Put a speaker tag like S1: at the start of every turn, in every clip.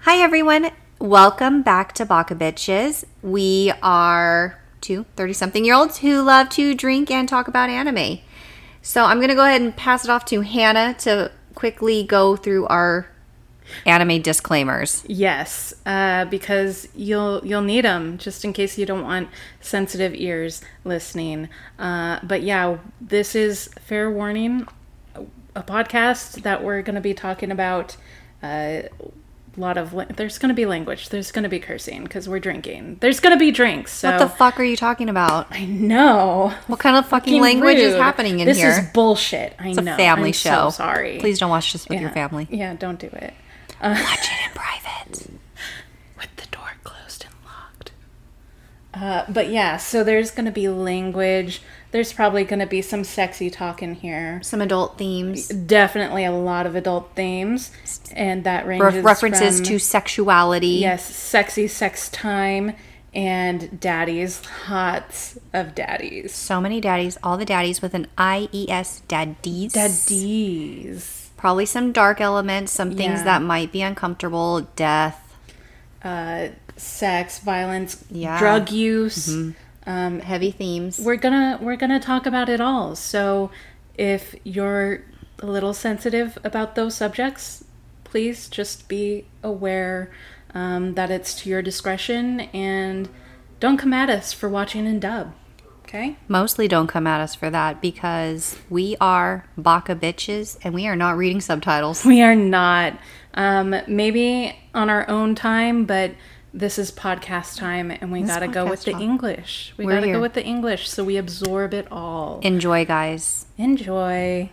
S1: Hi, everyone. Welcome back to Baka Bitches. We are two 30 something year olds who love to drink and talk about anime. So I'm going to go ahead and pass it off to Hannah to quickly go through our anime disclaimers.
S2: Yes, uh, because you'll you'll need them just in case you don't want sensitive ears listening. Uh, but yeah, this is fair warning, a podcast that we're going to be talking about uh, a lot of. la- There's going to be language. There's going to be cursing because we're drinking. There's going to be drinks. So
S1: What the fuck are you talking about?
S2: I know.
S1: What kind of fucking
S2: Fucking
S1: language is
S2: rude.
S1: happening in
S2: this
S1: here?
S2: This is bullshit. I
S1: it's a
S2: know.
S1: family
S2: I'm so
S1: show.
S2: sorry.
S1: Please don't watch this with your family.
S2: Yeah, don't do it.
S1: Watch it in private.
S2: with the door closed and locked. Uh, but yeah, so there's going to be language. There's probably going to be some sexy talk in here.
S1: Some adult themes,
S2: Definitely a lot of adult themes, and that ranges
S1: re- references
S2: from,
S1: to sexuality.
S2: yes, sexy sex time and daddies, lots of daddies,
S1: So many daddies, all the daddies with an I E S daddies.
S2: daddies,
S1: Probably some dark elements, some things
S2: Yeah.
S1: that might be uncomfortable, death,
S2: uh, sex, violence,
S1: Yeah. Mm-hmm.
S2: drug use. Um,
S1: heavy themes.
S2: we're gonna we're gonna talk about it all so if you're a little sensitive about those subjects please just be aware um, that it's to your discretion and don't come at us for watching in dub okay
S1: Mostly don't come at us for that because we are baka bitches and we are not reading subtitles.
S2: we are not um, maybe on our own time but this is podcast time and we gotta go with
S1: podcast
S2: the
S1: time.
S2: english we
S1: We're
S2: gotta
S1: here.
S2: go with the english so we absorb it all
S1: Enjoy, guys.
S2: enjoy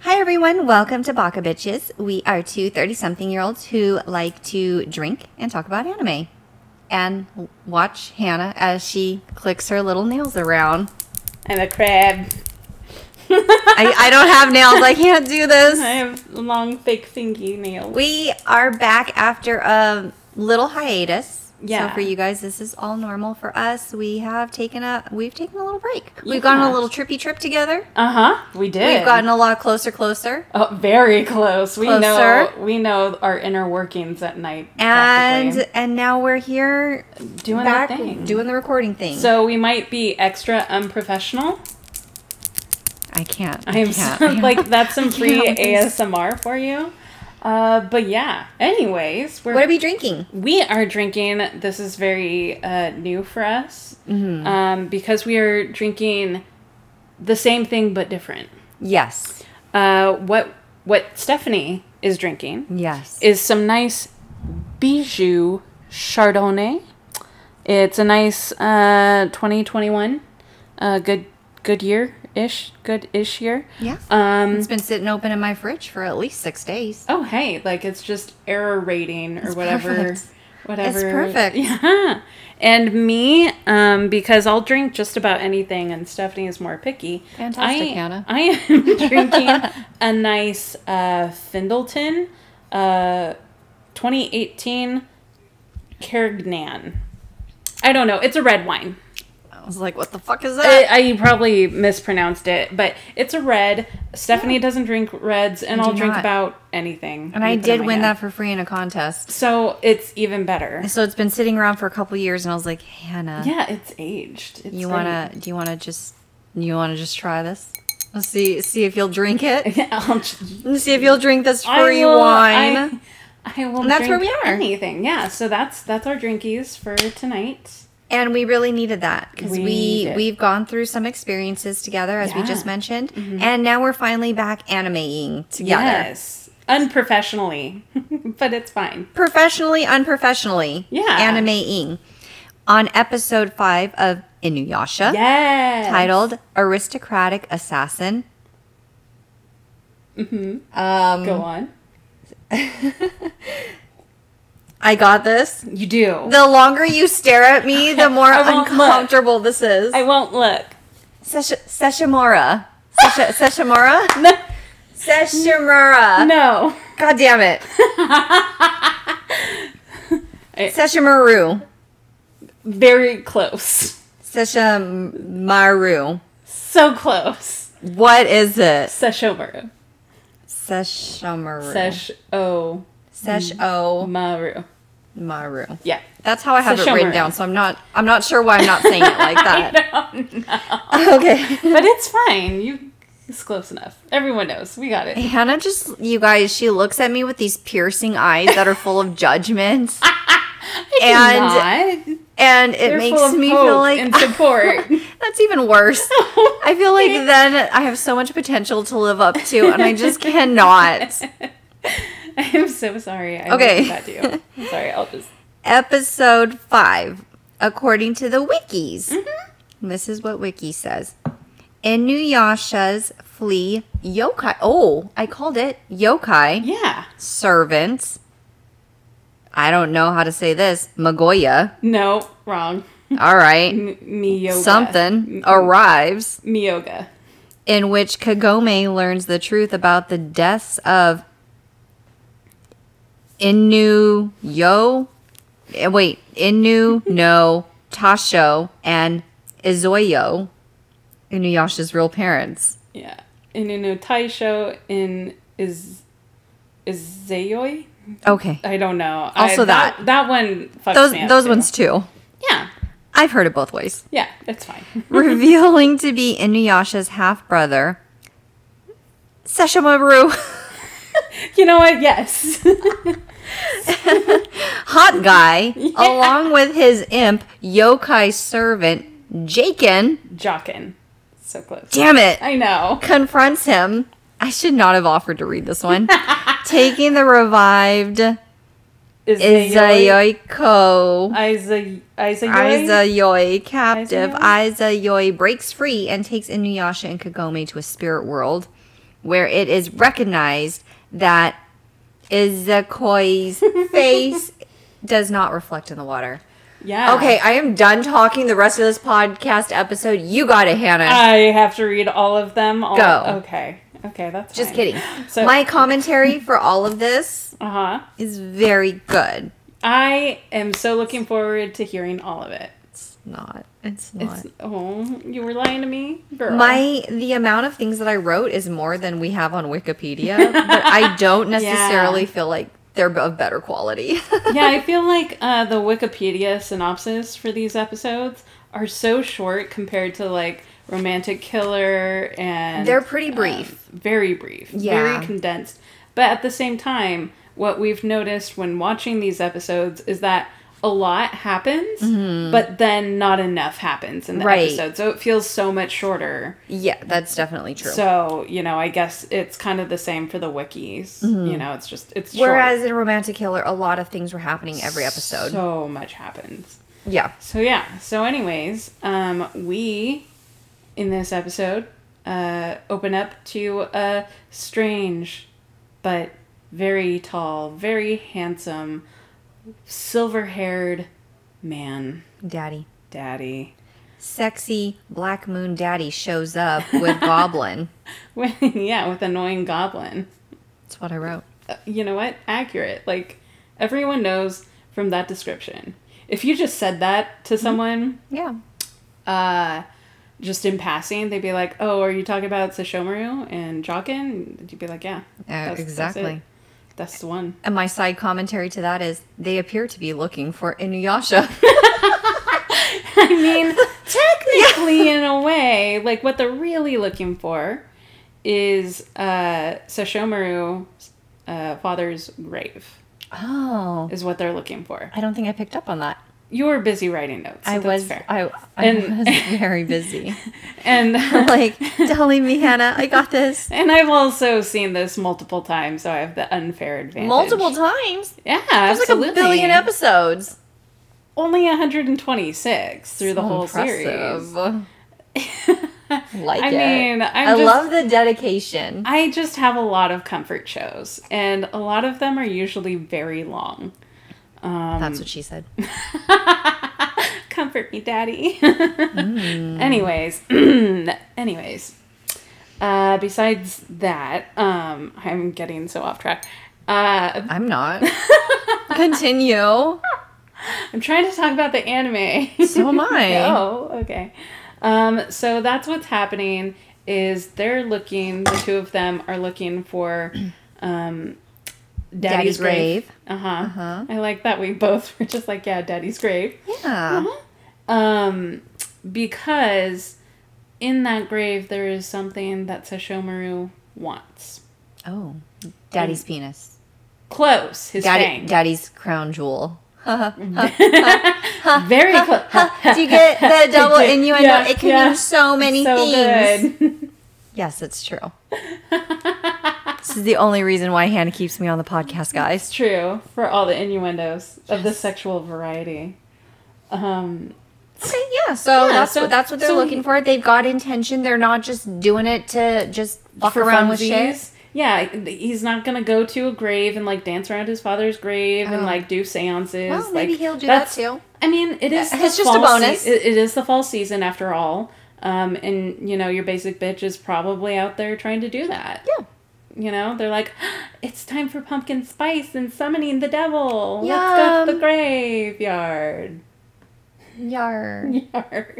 S1: Hi, everyone. Welcome to Baka Bitches. We are two 30 something year olds who like to drink and talk about anime and watch Hannah as she clicks her little nails around.
S2: i'm a crab
S1: I, I don't have nails. I can't do
S2: I
S1: this.
S2: have long fake fingy nails.
S1: We are back after a little hiatus.
S2: Yeah.
S1: So for you guys, this is all normal for us. We have taken a we've taken a little break. We've gone on a
S2: Yeah.
S1: little trippy trip together.
S2: Uh huh. We did.
S1: We've gotten a lot closer, closer.
S2: oh, very close. We know.
S1: Closer.
S2: We know our inner workings at night.
S1: And
S2: practically.
S1: and now we're here
S2: doing
S1: back
S2: that thing.
S1: doing the recording thing.
S2: so we might be extra unprofessional.
S1: I can't.
S2: I am
S1: can't.
S2: so- like that's some free
S1: can't.
S2: ASMR for you. Uh, but yeah. Anyways, we're
S1: What are we drinking?
S2: we are drinking this is very uh, new for us
S1: Mm-hmm.
S2: um, because we are drinking the same thing but different
S1: Yes.
S2: uh, what what Stephanie is drinking
S1: Yes.
S2: is some nice Bijou Chardonnay. It's a nice uh, 2021, uh, good good year ish, good ish year.
S1: yeah.
S2: Um.
S1: it's been sitting open in my fridge for at least six days.
S2: Oh hey, like it's just error rating or whatever.
S1: perfect.
S2: Whatever.
S1: perfect.
S2: Yeah. And me, um, because I'll drink just about anything, and Stephanie is more picky.
S1: Fantastic,
S2: I,
S1: Hannah.
S2: I am drinking a nice uh, Findleton uh, 2018 Carignan. I don't know. It's a red wine.
S1: I was like, what the fuck is
S2: I, I probably mispronounced it, but it's a red. Stephanie doesn't drink reds, and I'll drink
S1: not.
S2: about anything.
S1: and I did win that for free in a contest.
S2: So it's even better.
S1: So it's been sitting around for a couple years, and I was like, Hannah,
S2: Yeah, it's aged. It's
S1: you
S2: like-
S1: wanna, do you wanna just, you wanna just try this? Let's see, see if you'll drink it.
S2: I'll j-
S1: And see if you'll drink this
S2: I
S1: free
S2: will-
S1: wine.
S2: I, I will.
S1: And that's where
S2: drink
S1: we are.
S2: Anything. Yeah. So that's that's our drinkies for tonight.
S1: And we really needed that because
S2: We
S1: we,
S2: did.
S1: we have gone through some experiences together, as we
S2: Yeah. Mm-hmm.
S1: just mentioned, and now we're finally back animating together,
S2: Yes. Unprofessionally, but it's fine.
S1: professionally, unprofessionally,
S2: Yeah.
S1: animating on episode five of Inuyasha,
S2: Yes.
S1: titled "Aristocratic Assassin." Um,
S2: Go on.
S1: I got this.
S2: You do.
S1: The longer you stare at me, the more
S2: I won't look.
S1: uncomfortable this is.
S2: I won't look.
S1: Sesh- Seshimura. Sesh- Seshimura? Seshimura.
S2: No.
S1: God damn it. Seshimaru.
S2: Very close.
S1: Seshimaru.
S2: So close.
S1: What is it?
S2: Seshomaru.
S1: Seshimaru.
S2: Sesh O
S1: Sesh O
S2: Maru.
S1: Maru.
S2: Yeah.
S1: That's how I have it
S2: Seshomaru.
S1: written down, so I'm not I'm not sure why I'm not saying it like that. Okay.
S2: But it's fine. You it's close enough. Everyone knows. We got it.
S1: Hannah just you guys, she looks at me with these piercing eyes that are full of judgments. And-
S2: Not.
S1: And it
S2: They're full
S1: makes
S2: of
S1: me feel
S2: hope
S1: like
S2: and support.
S1: that's even worse. I feel like then I have so much potential to live up to, and I just cannot.
S2: I am so sorry. I
S1: Okay.
S2: okay. That to you. I'm sorry. I'll just.
S1: Episode five, according to the wikis. This is what wiki says. Inuyasha's flea yokai. Oh, I called it yokai
S2: Yeah.
S1: servants. I don't know how to say this. Magoya.
S2: No. Wrong.
S1: All right.
S2: M- Miyoga.
S1: Something arrives.
S2: Miyoga.
S1: in which Kagome learns the truth about the deaths of Inuyo, eh, wait, Inu no Tasho and Izoyo, Inuyasha's real parents.
S2: Yeah. In Inu Taisho in is is Zayoi?
S1: Okay,
S2: I don't know.
S1: Also
S2: I, that that one fucks
S1: those
S2: me up,
S1: those
S2: too.
S1: ones too.
S2: Yeah.
S1: I've heard it both ways.
S2: Yeah, it's fine.
S1: Revealing to be Inuyasha's half brother, Sesshomaru.
S2: You know what? Yes.
S1: hot guy along with his imp yokai servant Jaken.
S2: Jockin. So close.
S1: Damn it!
S2: I know.
S1: Confronts him. I should not have offered to read this one. Taking the revived
S2: Is
S1: Izayoiko
S2: Izayoi?
S1: Izayoi captive,
S2: Izayoi?
S1: Izayoi breaks free and takes Inuyasha and Kagome to a spirit world where it is recognized that Izakoi's face does not reflect in the water.
S2: Yeah.
S1: Okay, I am done talking the rest of this podcast episode. You got it, Hannah.
S2: I have to read all of them. All,
S1: Go.
S2: Okay. Okay, that's
S1: Just
S2: fine.
S1: kidding.
S2: So,
S1: My commentary for all of this
S2: uh huh.
S1: is very good.
S2: I am so looking forward to hearing all of it.
S1: It's not. It's not.
S2: It's, oh, you were lying to me, girl.
S1: my the amount of things that I wrote is more than we have on Wikipedia, but I don't necessarily feel like they're of better quality.
S2: yeah, I feel like uh, the Wikipedia synopsis for these episodes are so short compared to like Romantic Killer and
S1: They're pretty brief.
S2: um, very brief,
S1: Yeah.
S2: very condensed. But at the same time, what we've noticed when watching these episodes is that a lot happens, but then not enough happens in the
S1: Mm-hmm. Right.
S2: episode, so it feels so much shorter.
S1: yeah, that's definitely true.
S2: So you know, I guess it's kind of the same for the wikis. You know, it's just it's short.
S1: Mm-hmm. Whereas in Romantic Killer, a lot of things were happening every episode.
S2: so much happens.
S1: yeah.
S2: So yeah. So anyways, um, we in this episode uh, open up to a strange, but very tall, very handsome, silver-haired man,
S1: Daddy.
S2: daddy.
S1: Sexy Black Moon Daddy shows up with Goblin.
S2: When, yeah, with annoying goblin.
S1: That's what I wrote.
S2: Uh, You know what? Accurate. Like everyone knows from that description. If you just said that to someone,
S1: Yeah.
S2: uh, just in passing, they'd be like, "Oh, are you talking about Sashomaru and Jockin?" And You'd be like, "Yeah, it.
S1: Oh, exactly.
S2: That's, the one."
S1: And my side commentary to that is they appear to be looking for Inuyasha.
S2: I mean, technically, in a way, like what they're really looking for is uh, Sashomaru's uh, father's grave
S1: Oh.
S2: is what they're looking for.
S1: I don't think I picked up on that.
S2: You were busy writing notes. so
S1: I
S2: that's
S1: was
S2: fair.
S1: I, I
S2: And-
S1: was very busy.
S2: and
S1: like telling me, Hannah, I got this
S2: and I've also seen this multiple times, so I have the unfair advantage.
S1: multiple times.
S2: Yeah,
S1: That's like
S2: absolutely.
S1: a billion episodes.
S2: only 126 through the
S1: So
S2: whole
S1: impressive.
S2: series.
S1: Like
S2: I
S1: it.
S2: mean, I'm
S1: I
S2: just-
S1: love the dedication.
S2: I just have a lot of comfort shows, and a lot of them are usually very long.
S1: That's what she said.
S2: Comfort me, daddy.
S1: Mm.
S2: Anyways, anyways. Uh, besides that, um, I'm getting so off track. Uh,
S1: I'm not. Continue.
S2: I'm trying to talk about the anime.
S1: So am I.
S2: oh, okay. Um, so that's what's happening is they're looking, the two of them are looking for um,
S1: Daddy's
S2: Daddy's, grave.
S1: grave.
S2: Uh-huh. I like that we both were just like, yeah, Daddy's grave.
S1: Yeah.
S2: Um, because in that grave there is something that Sashomaru wants.
S1: Oh, daddy's
S2: Mm.
S1: penis.
S2: Close, his
S1: Daddy,
S2: fang.
S1: daddy's crown jewel.
S2: Very close.
S1: Do you get the double
S2: did.
S1: innuendo?
S2: Yeah,
S1: it can
S2: yeah.
S1: mean so many
S2: so
S1: things.
S2: good.
S1: Yes, it's true. this is the only reason why Hannah keeps me on the podcast, guys.
S2: True for all the innuendos of the sexual variety. Um,
S1: Okay, yeah. So
S2: Yeah,
S1: that's
S2: so-
S1: what that's what they're
S2: so-
S1: looking for. They've got intention. They're not just doing it to just fuck
S2: for
S1: around with
S2: funsies.
S1: shit.
S2: Yeah, he's not gonna go to a grave and like dance around his father's grave and
S1: Oh.
S2: like do seances.
S1: Well, maybe
S2: Like,
S1: he'll do
S2: that's-
S1: that too.
S2: I mean, it is.
S1: Uh,
S2: the
S1: it's just a
S2: fall se-
S1: bonus.
S2: it- it is the fall season after all, um, and you know your basic bitch is probably out there trying to do that.
S1: Yeah.
S2: You know, they're like, it's time for pumpkin spice and summoning the devil. Let's go to the
S1: Yum.
S2: graveyard.
S1: Yar.
S2: Yar.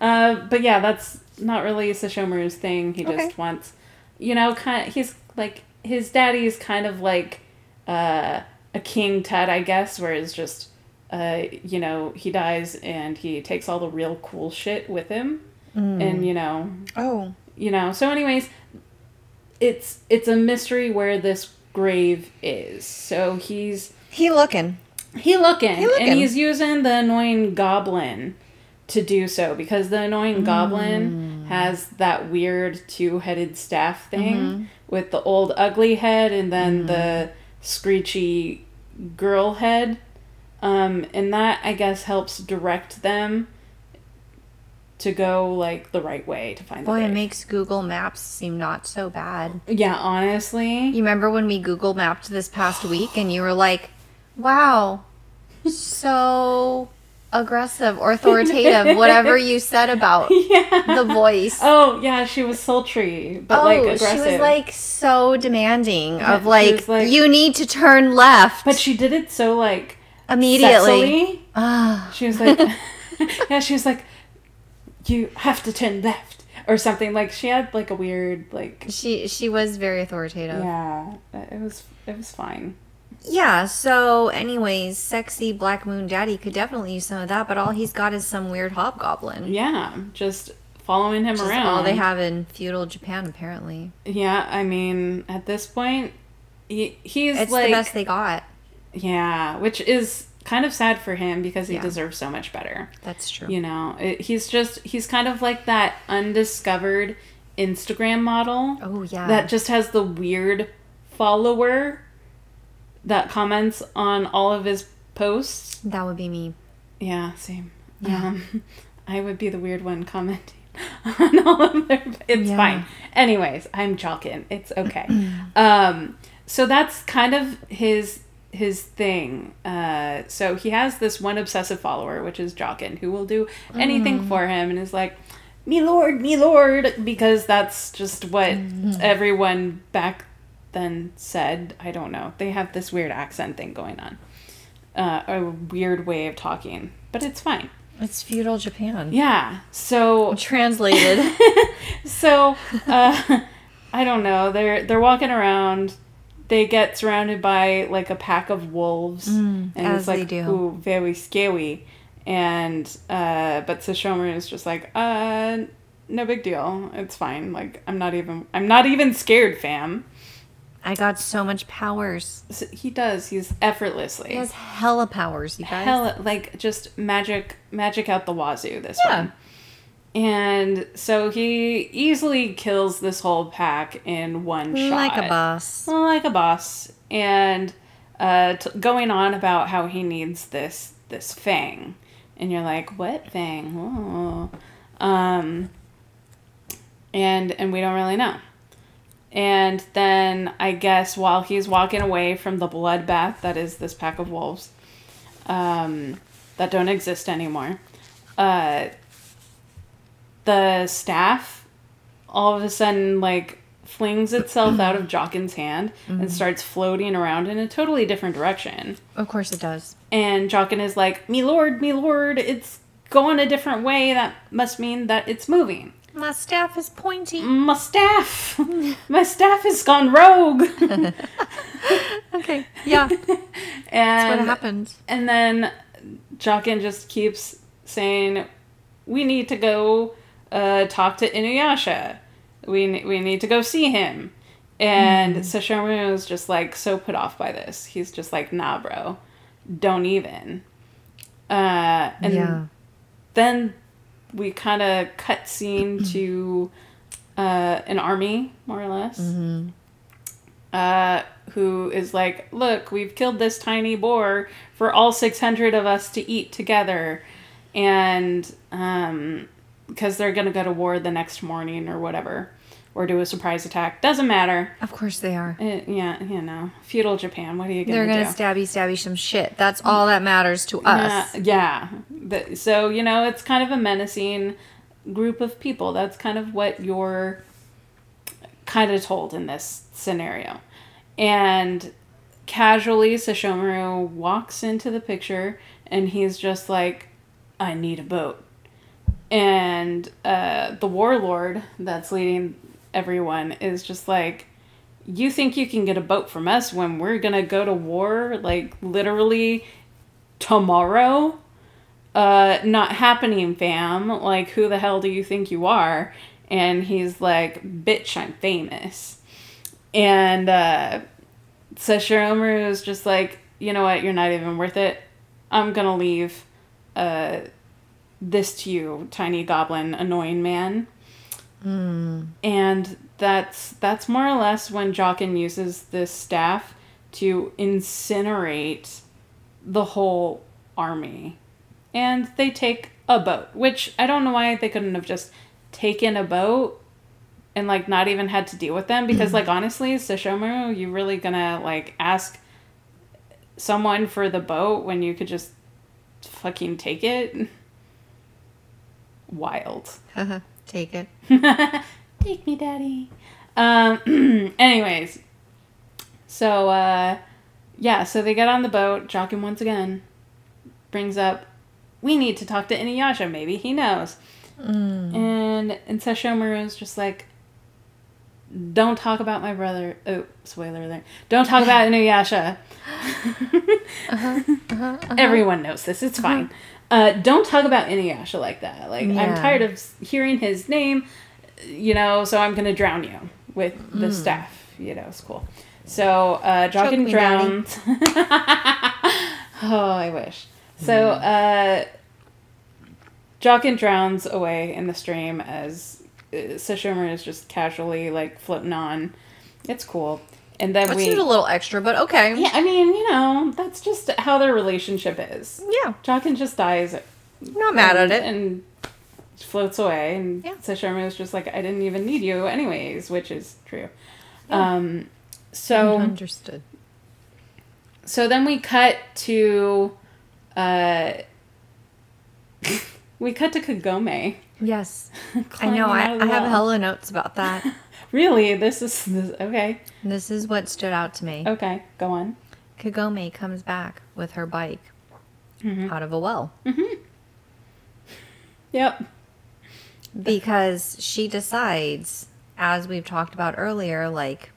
S2: uh, but yeah, that's not really Sashomaru's thing. He just
S1: Okay.
S2: wants, you know, kind. he's like his daddy is kind of like uh, a king Tut, I guess, where it's just, uh, you know, he dies and he takes all the real cool shit with him,
S1: Mm.
S2: and you know,
S1: Oh.
S2: you know. So, anyways, it's it's a mystery where this grave is. So he's
S1: He looking.
S2: he looking,
S1: looking.
S2: and he's using the annoying goblin to do so because the annoying goblin has that weird two-headed staff thing with the old ugly head and then the screechy girl head. Um, and that I guess helps direct them to go like the right way to find
S1: Boy,
S2: the
S1: it
S2: grave.
S1: makes Google Maps seem not so bad.
S2: Yeah, honestly.
S1: You remember when we Google mapped this past week and you were like, wow, so aggressive or authoritative, whatever you said about
S2: Yeah.
S1: the voice.
S2: Oh, yeah, she was sultry, but like aggressive.
S1: Oh, she was like so demanding of
S2: she
S1: like,
S2: was like-
S1: you need to turn left
S2: but she did it so like
S1: immediately.
S2: sexily.
S1: Ah,
S2: She was like, yeah, she was like, you have to turn left or something. Like she had like a weird like,
S1: she she was very authoritative.
S2: yeah, it was it was fine.
S1: Yeah, so anyways, sexy Black Moon Daddy could definitely use some of that, but all he's got is some weird hobgoblin.
S2: Yeah, just following him
S1: Which is
S2: around.
S1: all they have in feudal Japan apparently.
S2: Yeah, I mean, at this point, he, he's
S1: It's
S2: like,
S1: the best they got.
S2: yeah, which is kind of sad for him because he
S1: Yeah.
S2: deserves so much better.
S1: That's true.
S2: You know, it, he's just he's kind of like that undiscovered Instagram model.
S1: Oh yeah.
S2: that just has the weird follower that comments on all of his posts.
S1: that would be me.
S2: Yeah, same. Yeah. Um, I would be the weird one commenting on all of their it's
S1: Yeah.
S2: fine. Anyways, I'm chalking. It's okay. um so that's kind of his his thing. Uh so he has this one obsessive follower, which is Jockin, who will do anything for him and is like, Me lord, me lord because that's just what everyone back then said. I don't know. They have this weird accent thing going on uh, a weird way of talking, but it's fine.
S1: It's feudal Japan.
S2: Yeah. So
S1: Translated.
S2: so uh, I don't know. They're they're walking around. They get surrounded by like a pack of wolves, and
S1: Mm, as
S2: it's like
S1: they do.
S2: ooh, very scary. And uh, but Sashomaru is just like, uh, no big deal. It's fine. Like I'm not even I'm not even scared, fam.
S1: I got so much powers.
S2: So he does. He's effortlessly.
S1: He has hella powers, you guys.
S2: hell like just magic magic out the wazoo this
S1: Yeah.
S2: one and so he easily kills this whole pack in one shot
S1: like a boss.
S2: like a boss and uh t- going on about how he needs this this fang and you're like what fang Ooh. um and and we don't really know And then I guess while he's walking away from the bloodbath that is this pack of wolves um, that don't exist anymore, uh, the staff all of a sudden like flings itself out of Jockin's hand
S1: Mm-hmm.
S2: and starts floating around in a totally different direction.
S1: Of course it does.
S2: And Jockin is like, "Me lord, me lord, it's going a different way. That must mean that it's moving."
S1: My staff is pointy.
S2: My staff, my staff has gone rogue.
S1: Okay. Yeah. That's what
S2: and
S1: happens.
S2: and then Jockin just keeps saying, "We need to go uh, talk to Inuyasha. We ne- we need to go see him." And Sashomaru is just like so put off by this. He's just like, "Nah, bro, don't even." Uh, and
S1: yeah.
S2: then we kind of cut scene to uh, an army, more or less,
S1: Mm-hmm.
S2: uh, who is like, "Look, we've killed this tiny boar for all six hundred of us to eat together," and um, because they're gonna go to war the next morning or whatever, or do a surprise attack. Doesn't matter.
S1: Of course they are.
S2: Eh, yeah, you know, feudal Japan. What are you gonna
S1: They're gonna
S2: do?
S1: stabby stabby some shit. That's all that matters to us.
S2: Uh, yeah. The- so, you know, it's kind of a menacing group of people. That's kind of what you're kind of told in this scenario. And casually, Sashomaru walks into the picture and he's just like, I need a boat. And uh, the warlord that's leading everyone is just like, You think you can get a boat from us when we're going to go to war? Like, literally tomorrow? Uh, not happening, fam. Like, who the hell do you think you are? And he's like, bitch, I'm famous. And uh, Sashiromaru is just like, you know what? You're not even worth it. I'm gonna leave uh, this to you, tiny goblin, annoying man. And that's that's more or less when Jockin uses this staff to incinerate the whole army. And they take a boat, which I don't know why they couldn't have just taken a boat and like not even had to deal with them because like honestly, Sashomaru, you really gonna like ask someone for the boat when you could just fucking take it? Wild.
S1: Uh-huh. Take it.
S2: Take me, daddy. Um, anyways, so uh, yeah, so they get on the boat. Jockin once again brings up, we need to talk to Inuyasha. Maybe he knows. And and Sesshomaru is just like, don't talk about my brother. Oh, spoiler alert! Don't talk about Inuyasha. Everyone knows this. It's fine. Uh, don't talk about Inuyasha like that. Like I'm
S1: Yeah.
S2: tired of s- hearing his name you know, so I'm gonna drown you with the staff. You know, it's cool. So uh,
S1: Mm. Choke
S2: Jockin
S1: me,
S2: drowns. oh, I wish. So
S1: Mm.
S2: uh, Jockin drowns away in the stream as uh, Sashomaru is just casually like floating on. It's cool. And then
S1: That
S2: we,
S1: seemed a little extra, but okay.
S2: yeah, I mean, you know, that's just how their relationship is.
S1: Yeah.
S2: Jockin just dies
S1: Not mad at
S2: and-
S1: it.
S2: And floats away. And
S1: Yeah.
S2: Sashomaru is just like, I didn't even need you anyways, which is true. Um, so
S1: Understood.
S2: so then we cut to uh, we cut to Kagome.
S1: Yes. I
S2: climbing
S1: know. I,
S2: out of the
S1: I have
S2: wall.
S1: hella notes about that.
S2: Really, this is this, okay.
S1: this is what stood out to me.
S2: Okay, go on.
S1: Kagome comes back with her bike
S2: Mm-hmm.
S1: out of a well
S2: Yep. Mm-hmm.
S1: because she decides, as we've talked about earlier, like,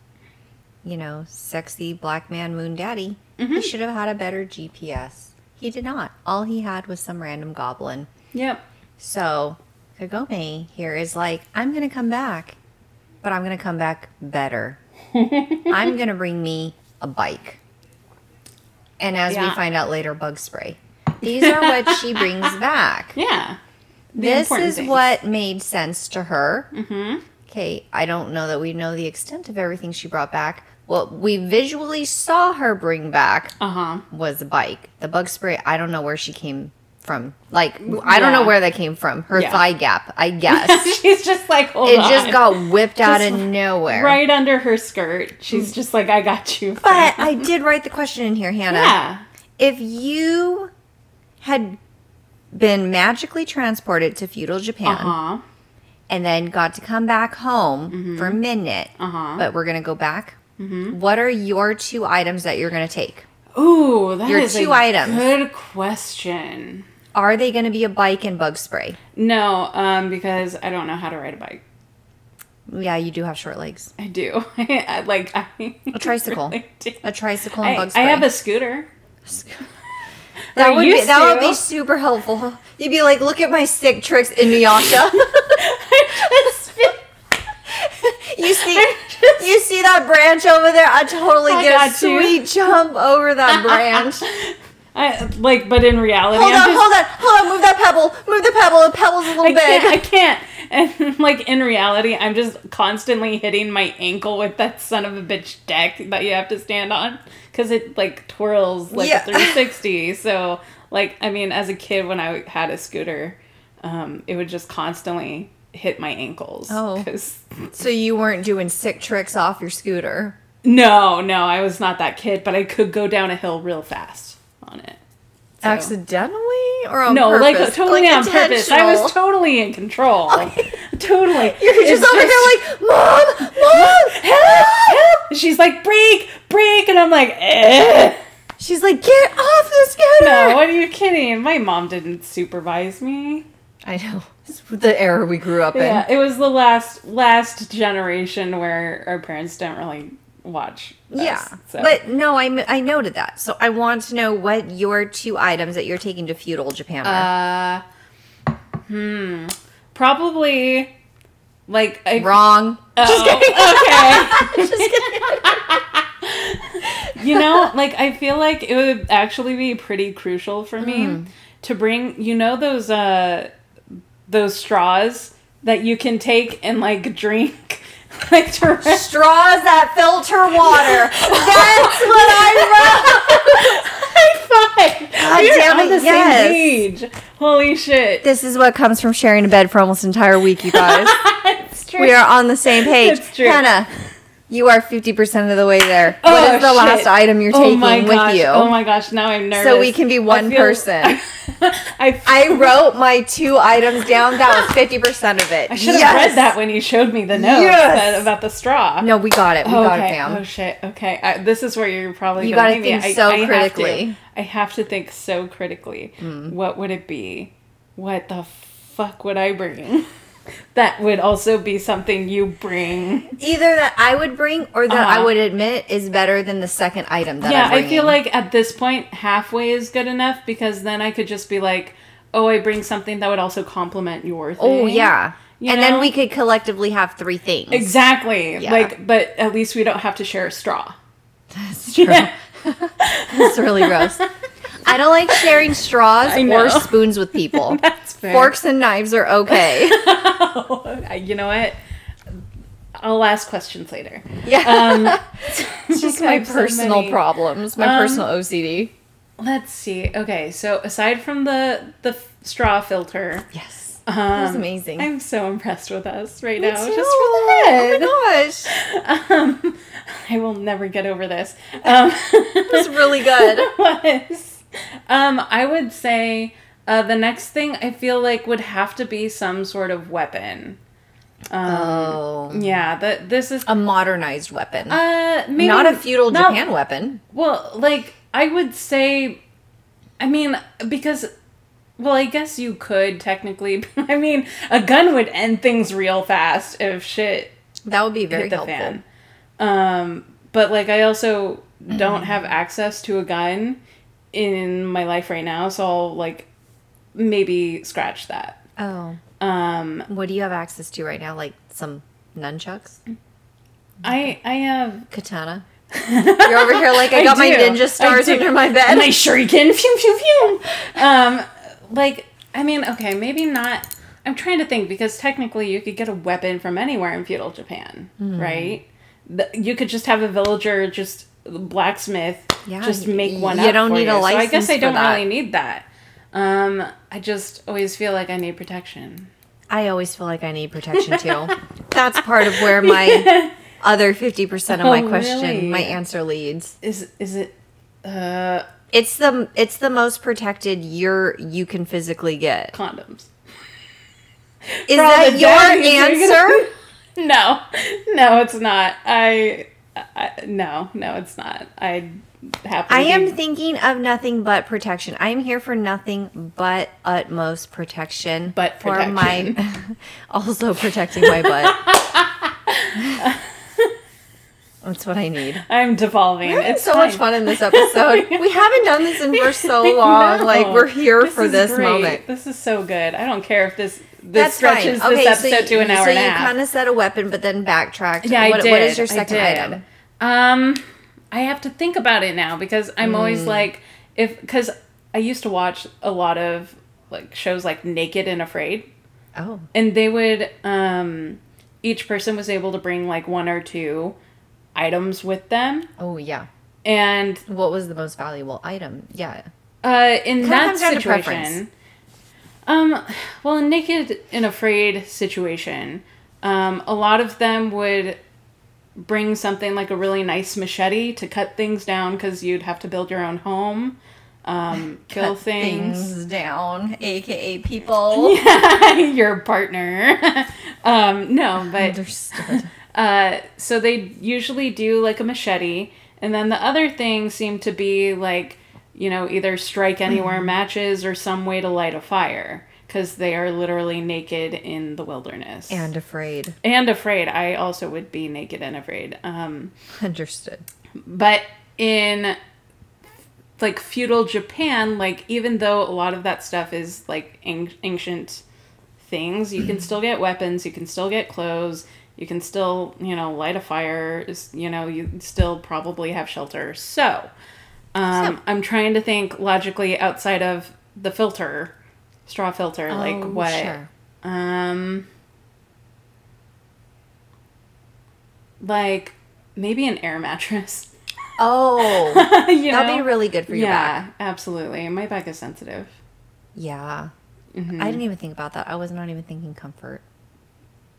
S1: you know, sexy black man moon daddy,
S2: Mm-hmm.
S1: he should have had a better GPS. He did not. All he had was some random goblin.
S2: Yep.
S1: So Kagome here is like, I'm going to come back, but I'm going to come back better. I'm going to bring me a bike. And as
S2: Yeah.
S1: we find out later, bug spray. These are what she brings back.
S2: Yeah. The
S1: this
S2: important
S1: is
S2: things. Mm. Hmm?
S1: what made sense to her. Okay, I don't know that we know the extent of everything she brought back. What we visually saw her bring back
S2: Uh huh.
S1: was a bike. The bug spray, I don't know where she came from. Like I don't know
S2: Yeah.
S1: where that came from. Her
S2: Yeah.
S1: thigh gap, I guess.
S2: She's just like, hold
S1: it
S2: on.
S1: just got whipped out
S2: Just
S1: of nowhere.
S2: right under her skirt. She's just like, I got you.
S1: Mm. But uh-huh. I did write the question in here, Hannah.
S2: yeah.
S1: If you had been magically transported to feudal Japan
S2: Uh huh.
S1: and then got to come back home for a minute,
S2: Uh huh.
S1: but we're gonna go back.
S2: Mm-hmm.
S1: What are your two items that you're gonna take?
S2: Ooh, that is
S1: Your two
S2: a
S1: items.
S2: good question.
S1: Are they gonna be a bike and bug spray?
S2: No, um, because I don't know how to ride a bike.
S1: Yeah, you do have short legs.
S2: I do. I, like I
S1: A tricycle.
S2: really do.
S1: A tricycle and
S2: I,
S1: bug
S2: I
S1: spray.
S2: have a scooter.
S1: that
S2: I
S1: would be
S2: used
S1: that would
S2: to.
S1: be super helpful. You'd be like, look at my sick tricks in Miyasha. you see you see that branch over there? I totally
S2: I
S1: did a
S2: got you.
S1: sweet jump over that branch.
S2: I like, but in reality,
S1: hold on,
S2: I'm just,
S1: hold on, hold on, move that pebble, move the pebble, the pebble's a little
S2: I
S1: big.
S2: can't. I can't. And like in reality, I'm just constantly hitting my ankle with that son of a bitch deck that you have to stand on because it like twirls like
S1: Yeah.
S2: a 360. So like, I mean, as a kid when I had a scooter, um, it would just constantly hit my ankles.
S1: Oh.
S2: 'cause-
S1: So you weren't doing sick tricks off your scooter.
S2: no, no, I was not that kid, but I could go down a hill real fast on it. So-
S1: Accidentally or on
S2: No,
S1: purpose?
S2: like totally on purpose. I was totally in control. totally.
S1: You're just
S2: It's
S1: over here like, Mom, Mom, help!
S2: She's like, break, break, and I'm like, eh.
S1: She's like, get off the scooter!
S2: No, what are you kidding? My mom didn't supervise me.
S1: I know. It's the era we grew up in.
S2: Yeah, it was the last last generation where our parents didn't really watch. us,
S1: Yeah,
S2: so.
S1: but no, I, m- I noted that. So I want to know what your two items that you're taking to feudal Japan are.
S2: uh, hmm, probably like I,
S1: Wrong.
S2: Just kidding. Okay. you know, like I feel like it would actually be pretty crucial for me
S1: Mm-hmm.
S2: to bring, you know, those uh those straws that you can take and like drink, like to.
S1: Straws that filter water. That's what I wrote.
S2: High five!
S1: God
S2: We're
S1: damn
S2: on
S1: it,
S2: the
S1: yes.
S2: same page. Holy shit!
S1: This is what comes from sharing a bed for almost an entire week, you guys.
S2: That's true.
S1: we are on the same page.
S2: It's true.
S1: Hannah, you are 50% of the way there.
S2: Oh,
S1: what is the
S2: shit.
S1: last item you're taking with
S2: gosh.
S1: you?
S2: Oh my gosh! Now I'm nervous.
S1: so we can be one
S2: I feel-
S1: person.
S2: I feel
S1: I wrote my two items down. That was 50% of it.
S2: I should have read that when you showed me the note
S1: Yes.
S2: that- about the straw.
S1: No, we got it. We
S2: Oh,
S1: got it,
S2: okay.
S1: fam.
S2: Oh shit. Okay. I, this is where you're probably
S1: You
S2: gonna
S1: gotta
S2: hate me.
S1: think
S2: I-
S1: so
S2: I have to.
S1: critically. Mm.
S2: I have to think so critically. What would it be? What the fuck would I bring? that would also be something you bring.
S1: Either that I would bring or that I
S2: Uh-huh.
S1: would admit is better than the second item that
S2: yeah,
S1: I'm
S2: I feel
S1: bringing.
S2: like at this point halfway is good enough because then I could just be like, "Oh, I bring something that would also complement your thing."
S1: Oh, yeah.
S2: You
S1: and then
S2: know?
S1: we could collectively have three things.
S2: Exactly.
S1: Yeah.
S2: Like, but at least we don't have to share a straw.
S1: That's true. That's really gross. I don't like sharing straws
S2: I
S1: or
S2: know.
S1: spoons with people.
S2: That's fair. Um,
S1: Forks and knives are okay.
S2: you know what? I'll ask questions later.
S1: Yeah.
S2: Um,
S1: it's just
S2: I
S1: my
S2: have so
S1: personal
S2: many.
S1: problems, my
S2: Um,
S1: personal OCD.
S2: Let's see. Okay, so aside from the the f- straw filter,
S1: Yes.
S2: um,
S1: was amazing.
S2: I'm so impressed with us right now.
S1: It's
S2: Just for the
S1: Oh
S2: head.
S1: my gosh.
S2: Um, I will never get over this. Um,
S1: It's really good.
S2: was. Um, I would say uh, the next thing I feel like would have to be some sort of weapon.
S1: Oh.
S2: Yeah, that this is
S1: A modernized weapon.
S2: uh maybe
S1: Not a feudal
S2: not-
S1: Japan weapon.
S2: Well, like I would say, I mean, because, well, I guess you could technically. I mean, a gun would end things real fast if shit
S1: That would be very
S2: hit the
S1: helpful.
S2: fan. Um, but like, I also don't have
S1: Mm-hmm.
S2: access to a gun in my life right now, so I'll like maybe scratch that.
S1: Oh.
S2: Um,
S1: What do you have access to right now? Like some nunchucks?
S2: Mm-hmm. I I have
S1: Katana? You're over here like I got my
S2: do.
S1: ninja stars
S2: I do.
S1: under my
S2: And
S1: bed.
S2: my shuriken, phew, phew, phew. Um, like, I mean, okay, maybe not. I'm trying to think because technically you could get a weapon from anywhere in feudal Japan,
S1: Hmm.
S2: right? The, you could just have a villager, just blacksmith,
S1: Yeah,
S2: just
S1: y-
S2: make one
S1: you
S2: up
S1: don't
S2: for
S1: need a
S2: So I
S1: license
S2: guess I
S1: for
S2: don't
S1: that.
S2: really need that. Um, I just always feel like I need protection.
S1: I always feel like I need protection too. That's part of where my other 50% of my
S2: Oh,
S1: question,
S2: really?
S1: my answer leads.
S2: Is is it? Uh,
S1: It's the it's the most protected you're you can physically get.
S2: condoms.
S1: Is
S2: For all
S1: that
S2: the
S1: your
S2: dads, you're gonna-
S1: answer?
S2: No, no, it's not. I, I no, no, it's not. I happen.
S1: I
S2: to
S1: am
S2: be-
S1: thinking of nothing but protection. I am here for nothing but utmost protection.
S2: But
S1: for my also protecting my butt. That's what I need.
S2: I'm devolving.
S1: It's
S2: It's
S1: so much
S2: fine.
S1: fun in this episode. we haven't done this in for so long.
S2: No.
S1: Like we're here for
S2: is
S1: this
S2: great.
S1: moment.
S2: This is so good. I don't care if this this stretches
S1: Okay,
S2: this episode
S1: you-
S2: to an hour
S1: so
S2: and a
S1: you
S2: half.
S1: kind of said a weapon, but then backtracked.
S2: yeah, I
S1: what,
S2: did.
S1: What is your
S2: I
S1: second
S2: did.
S1: item?
S2: Um, I have to think about it now because I'm always
S1: Hmm.
S2: like, if because I used to watch a lot of like shows like Naked and Afraid.
S1: Oh,
S2: and they would um each person was able to bring like one or two items with them
S1: oh yeah.
S2: and
S1: What was the most valuable item? Yeah.
S2: uh in that
S1: comes down to
S2: situation
S1: preference.
S2: um well in naked and afraid situation um a lot of them would bring something like a really nice machete to cut things down because you'd have to build your own home um kill things.
S1: down, aka people.
S2: your partner um no but
S1: Understood.
S2: Uh, so they usually do like a machete, and then the other things seem to be like, you know, either strike anywhere matches or some way to light a fire because they are literally naked in the wilderness
S1: and afraid.
S2: And afraid. I also would be naked and afraid. Um,
S1: Understood.
S2: but in like feudal Japan, like even though a lot of that stuff is like an- ancient things, you
S1: Mm-hmm.
S2: can still get weapons, you can still get clothes, you can still, you know, light a fire, is- you know, you still probably have shelter. So, um, I'm trying to think logically outside of the filter, straw filter, like
S1: Oh,
S2: what.
S1: sure.
S2: Um, like maybe an air mattress.
S1: Oh,
S2: you
S1: that'll
S2: know?
S1: be really good for your back.
S2: yeah, absolutely. My back is sensitive.
S1: Yeah.
S2: Mm-hmm.
S1: I didn't even think about that. I was not even thinking comfort.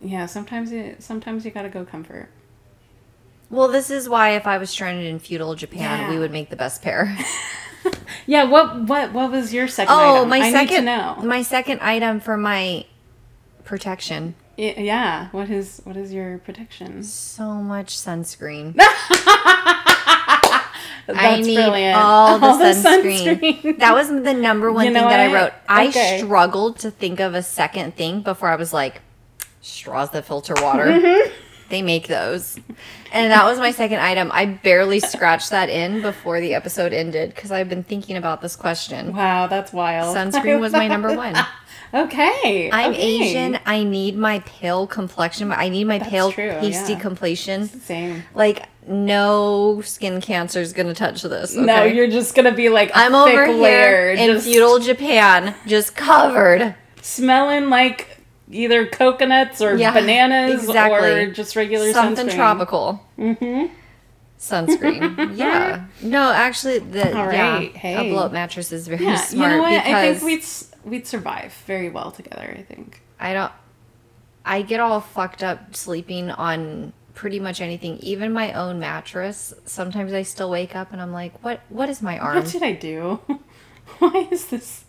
S2: Yeah, sometimes you sometimes you gotta go comfort.
S1: Well, this is why if I was stranded in feudal Japan,
S2: Yeah.
S1: we would make the best pair.
S2: Yeah, what what what was your second?
S1: oh,
S2: item?
S1: my
S2: I
S1: second
S2: Need to know.
S1: my second item for my protection.
S2: Y- Yeah, what is what is your protection?
S1: So much sunscreen.
S2: That's
S1: I need all the sunscreen.
S2: sunscreen.
S1: That was the number one
S2: You
S1: thing
S2: know
S1: that I
S2: what?
S1: wrote. I
S2: Okay.
S1: struggled to think of a second thing before I was like, straws that filter water.
S2: Mm-hmm.
S1: They make those. And that was my second item. I barely scratched that in before the episode ended because I've been thinking about this question.
S2: wow, that's wild.
S1: Sunscreen was my number one.
S2: okay,
S1: I'm
S2: okay.
S1: Asian. I need my pale complexion. I need my pale,
S2: true,
S1: pasty
S2: yeah.
S1: complexion.
S2: Same.
S1: Like, no skin cancer is going to touch this. Okay?
S2: No, you're just gonna be like a
S1: I'm
S2: thick
S1: over
S2: layer,
S1: here in
S2: just
S1: feudal Japan, just covered.
S2: smelling like either coconuts or
S1: Yeah,
S2: bananas or
S1: exactly.
S2: just regular
S1: Something
S2: sunscreen.
S1: tropical. Mm-hmm. Sunscreen. yeah. No, actually, the
S2: All
S1: yeah,
S2: right, hey.
S1: a blow up mattress is very
S2: Yeah, you
S1: smart
S2: know what?
S1: because
S2: I think we'd s- we'd survive very well together. I think.
S1: I don't. I get all fucked up sleeping on pretty much anything, even my own mattress. Sometimes I still wake up and I'm like, "What? What is my arm?"
S2: What did I do? Why is this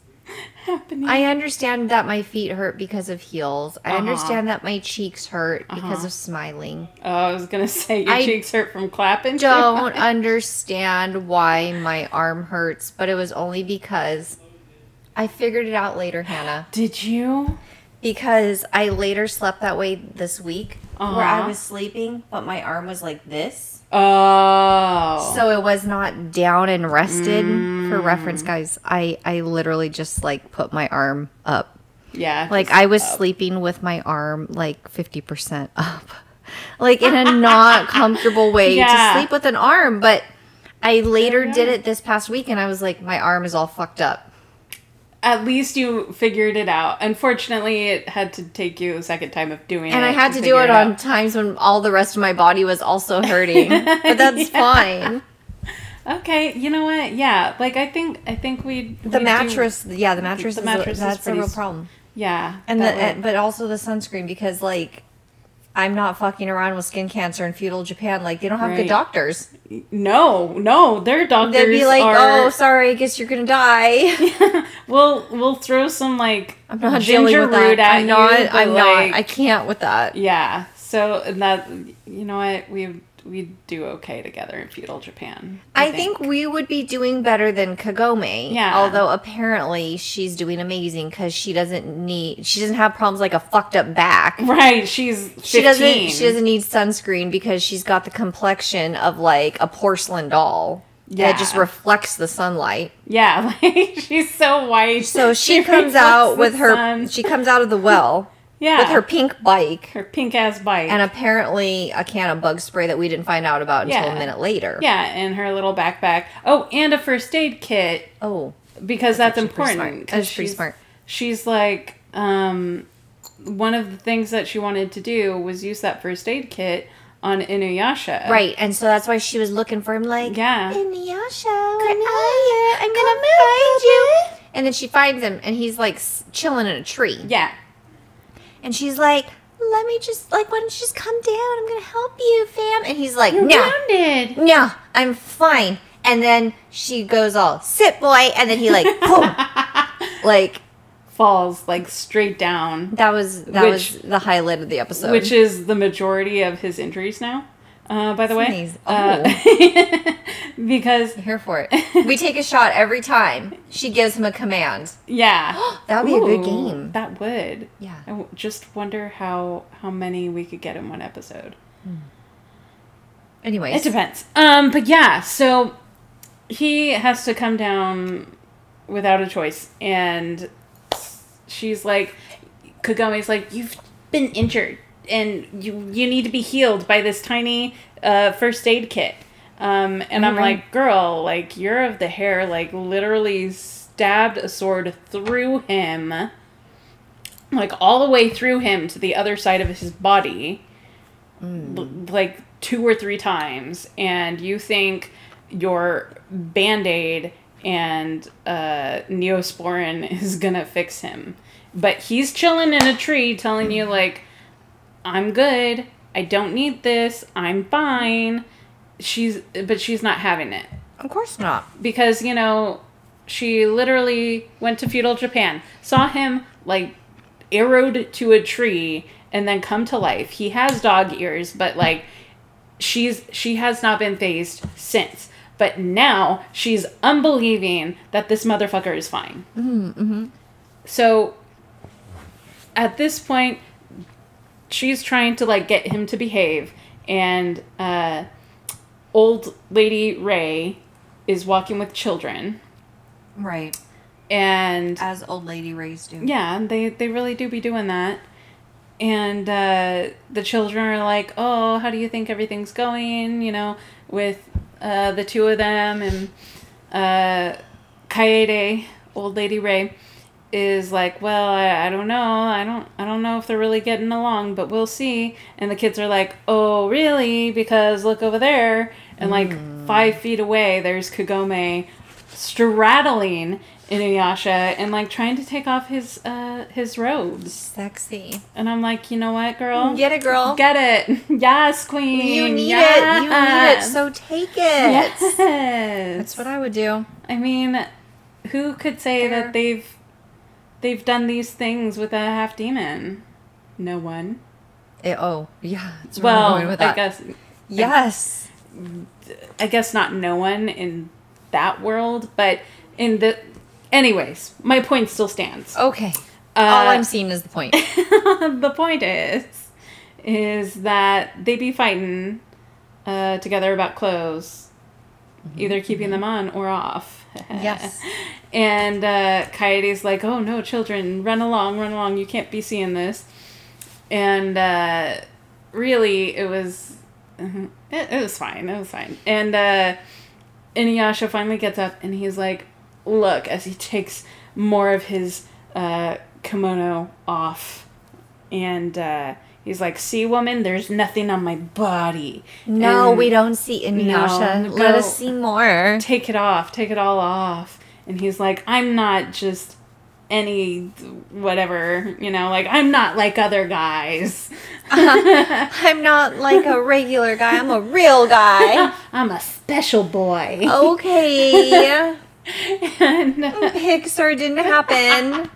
S2: happening?
S1: I understand that my feet hurt because of heels. I
S2: Uh-huh.
S1: understand that my cheeks hurt because of smiling.
S2: oh, I was gonna say your
S1: I
S2: cheeks hurt from clapping. too
S1: don't
S2: much.
S1: understand why my arm hurts, but it was only because I figured it out later, Hannah.
S2: Did you?
S1: Because I later slept that way this week where I
S2: Uh-huh.
S1: was sleeping, but my arm was like this.
S2: Oh.
S1: So it was not down and rested. For
S2: Mm.
S1: reference, guys, I, I literally just like put my arm up.
S2: yeah.
S1: Like I was sleeping with my arm like 50% up. Like in a not comfortable way
S2: Yeah.
S1: to sleep with an arm, but I later
S2: Yeah.
S1: did it this past week and I was like my arm is all fucked up.
S2: at least you figured it out. Unfortunately, it had to take you a second time of doing it.
S1: And I had to do
S2: figure
S1: it on
S2: out.
S1: times when all the rest of my body was also hurting. but that's fine.
S2: Okay, you know what? Yeah, like I think I think we
S1: The mattress, yeah, the mattress.
S2: The
S1: is
S2: mattress is
S1: a, that's a
S2: pretty
S1: real
S2: s-
S1: problem.
S2: yeah,
S1: And the,
S2: that
S1: and- but also the sunscreen because like, I'm not fucking around with skin cancer in feudal Japan. Like they don't have
S2: Right.
S1: good doctors.
S2: would- no, no, their doctors
S1: They'd be like,
S2: are.
S1: oh, sorry, I guess you're gonna die.
S2: we'll we'll throw some like
S1: I'm not dealing
S2: ginger
S1: with that.
S2: root at
S1: I'm not.
S2: you, but,
S1: I'm
S2: like,
S1: not. I can't with that.
S2: yeah. So and that you know what we we do okay together in feudal Japan.
S1: I think we would be doing better than Kagome.
S2: Yeah.
S1: Although apparently she's doing amazing because she doesn't need she doesn't have problems like a fucked up back.
S2: Right, she's 15.
S1: She doesn't she doesn't need sunscreen because she's got the complexion of like a porcelain doll.
S2: Yeah.
S1: That just reflects the sunlight.
S2: Yeah, like she's so white.
S1: So she comes
S2: reflects
S1: out
S2: the
S1: with her
S2: sun.
S1: she comes out of the well
S2: yeah,
S1: with her pink bike
S2: her pink ass bike.
S1: and apparently a can of bug spray that we didn't find out about until
S2: Yeah.
S1: a minute later.
S2: yeah, and her little backpack. Oh, and a first aid kit
S1: Oh.
S2: because that's,
S1: pretty
S2: important.
S1: smart.
S2: 'cause
S1: That's pretty
S2: she's-
S1: smart.
S2: She's like, um, one of the things that she wanted to do was use that first aid kit on Inuyasha.
S1: Right, and so that's why she was looking for him like
S2: Oh. Yeah.
S1: Inuyasha, where are you? I'm gonna find you. And then she finds him, and he's like s- chilling in a tree.
S2: Yeah.
S1: And she's like, "Let me just like, why don't you just come down? I'm gonna help you, fam." And he's like, "No,
S2: Grounded.
S1: no, I'm fine." And then she goes all sit boy, and then he like, boom, like
S2: Falls like straight down,
S1: that was that
S2: Which-
S1: was the highlight of the episode.
S2: which is the majority of his injuries now. Uh, by the way,
S1: Amazing. Oh.
S2: Uh, because
S1: here for it. we take a shot every time she gives him a command.
S2: yeah,
S1: That would be a good
S2: Ooh,
S1: game.
S2: That would.
S1: Yeah.
S2: I w- just wonder how how many we could get in one episode.
S1: Anyways,
S2: It depends. Um, but yeah, so he has to come down without a choice, and she's like, Kagome's like, you've been injured, and you you need to be healed by this tiny uh, first aid kit. Um, and I'm like, girl, like you're of the hair, like literally stabbed a sword through him, like all the way through him to the other side of his body l- like two or three times and you think your band-aid and uh, neosporin is gonna fix him but he's chilling in a tree telling you like i'm good i don't need this i'm fine she's but she's not having it
S1: Of course not.
S2: because you know she literally went to feudal japan saw him like arrowed to a tree and then come to life he has dog ears but like she's she has not been phased since but now she's unbelieving that this motherfucker is fine mm-hmm. so at this point she's trying to like get him to behave and uh old lady ray is walking with children
S1: Right.
S2: and
S1: As old lady Rays do.
S2: yeah and they they really do be doing that and uh the children are like oh how do you think everything's going you know with uh the two of them and uh kaede old lady ray is like well I, I don't know i don't i don't know if they're really getting along but we'll see and the kids are like oh really because look over there and like
S1: Hmm.
S2: five feet away there's kagome straddling inuyasha and like trying to take off his uh his robes
S1: Sexy.
S2: and i'm like you know what girl
S1: Get it, girl.
S2: get it yes queen
S1: you need it. You need it.
S2: yes.
S1: So take it.
S2: yes
S1: That's what I would do.
S2: I mean, who could say
S1: They're-
S2: that they've they've done these things with a half demon? No one.
S1: Eh, oh, yeah. That's where I'm
S2: Well,
S1: going with
S2: I
S1: that.
S2: guess
S1: yes.
S2: I guess not no one in that world, but in the anyways, my point still stands.
S1: Okay.
S2: Uh,
S1: All I'm seeing is the point.
S2: the point is is that they be fighting uh, together about clothes, either keeping them on or off.
S1: Yes.
S2: And uh, Coyote's like, oh no, children, run along, run along. You can't be seeing this. And uh, really, it was. It, Mm-hmm. it was fine. It was fine. And uh, Inuyasha finally gets up and he's like, look, as he takes more of his uh, kimono off. And uh, He's like, "See, woman, there's nothing on my body.
S1: No,
S2: And
S1: we don't see Inuyasha.
S2: No,
S1: Let
S2: go-
S1: us see more.
S2: Take it off. Take it all off." And he's like, "I'm not just any whatever, you know. Like I'm not like other guys.
S1: I'm not like a regular guy. I'm a real guy.
S2: I'm a special boy."
S1: Okay.
S2: And, uh,
S1: Pixar didn't happen.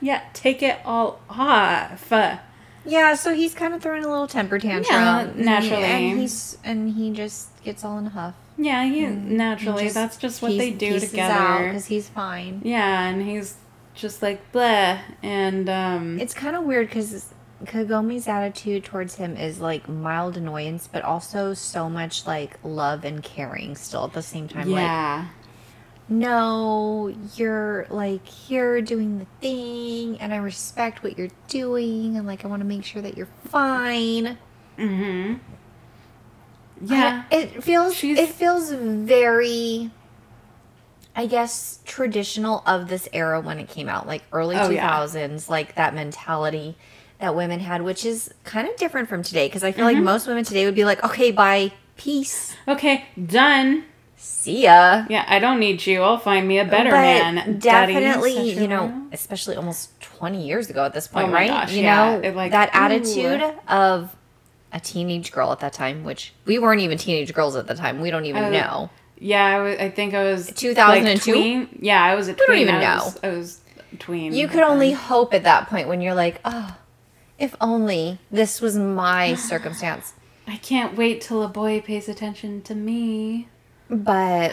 S2: yeah, take it all off. Uh,
S1: Yeah, so he's kind of throwing a little temper tantrum.
S2: Yeah, naturally.
S1: And he's and he just gets all in a huff.
S2: Yeah, he naturally. that's just what they do together.
S1: Because he's fine.
S2: Yeah, and he's just like bleh, and um,
S1: It's kind of weird because Kagomi's attitude towards him is like mild annoyance, but also so much like love and caring still at the same time. Like,
S2: yeah,
S1: no, you're like here doing the thing, and I respect what you're doing, and like I want to make sure that you're fine.
S2: mm-hmm.
S1: I-
S2: yeah,
S1: it feels
S2: She's-
S1: it feels very I guess traditional of this era when it came out, like early
S2: Oh,
S1: two
S2: yeah.
S1: thousands, like that mentality that women had, which is kind of different from today because I feel
S2: Mm-hmm.
S1: like most women today would be like, okay, bye, peace,
S2: okay, done.
S1: see ya.
S2: Yeah, I don't need you. I'll find me a better
S1: But
S2: man. Daddy,
S1: definitely,
S2: such a
S1: you know,
S2: man. Oh
S1: especially almost twenty years ago at this point,
S2: my
S1: right?
S2: gosh,
S1: you
S2: yeah.
S1: know,
S2: It, like,
S1: that
S2: ooh.
S1: attitude of a teenage girl at that time, which we weren't even teenage girls at the time. We don't even
S2: Oh,
S1: know.
S2: Yeah, I, wa- I think I was
S1: 2002?
S2: like, tween. Yeah, I was a tween.
S1: don't even
S2: I was, I was tween.
S1: You could only hope at that point when you're like, oh, if only this was my circumstance.
S2: I can't wait till a boy pays attention to me.
S1: But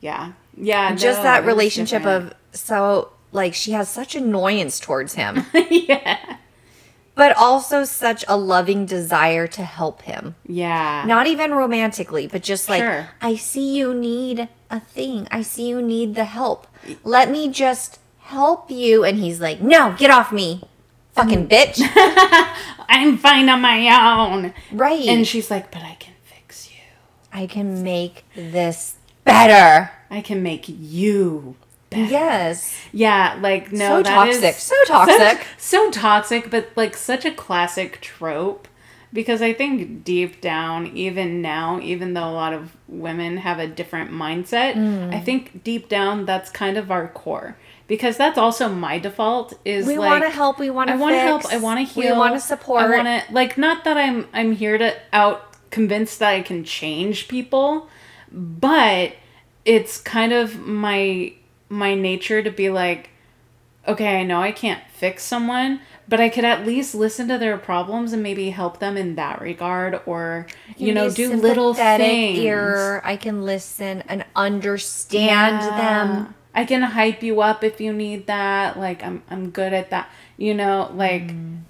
S2: Yeah, yeah.
S1: just
S2: no, it
S1: that
S2: was
S1: relationship
S2: different.
S1: of so like she has such annoyance towards him,
S2: yeah.
S1: but also such a loving desire to help him.
S2: Yeah.
S1: Not even romantically, but just like
S2: Sure.
S1: I see you need a thing. I see you need the help. Let me just help you and he's like, "No, get off me." Fucking bitch.
S2: I'm fine on my own.
S1: right.
S2: And she's like, but I can fix you.
S1: I can make this better.
S2: I can make you.
S1: Yes.
S2: Yeah, like no,
S1: So
S2: that is
S1: toxic, so toxic.
S2: so toxic, but like such a classic trope. Because I think deep down, even now, even though a lot of women have a different mindset,
S1: Mm.
S2: I think deep down that's kind of our core. Because that's also my default is
S1: We
S2: like
S1: wanna help, we wanna
S2: I want to help.
S1: fix,
S2: I want to
S1: we
S2: heal.
S1: wanna support.
S2: I want to like not that I'm I'm here to out convince that I can change people, but it's kind of my my nature to be like okay i know i can't fix someone but i could at least listen to their problems and maybe help them in that regard or you, know
S1: Be
S2: do little
S1: sympathetic
S2: things
S1: Ear, I can listen and understand
S2: Yeah.
S1: them.
S2: i can hype you up if you need that like i'm i'm good at that you know like
S1: Mm.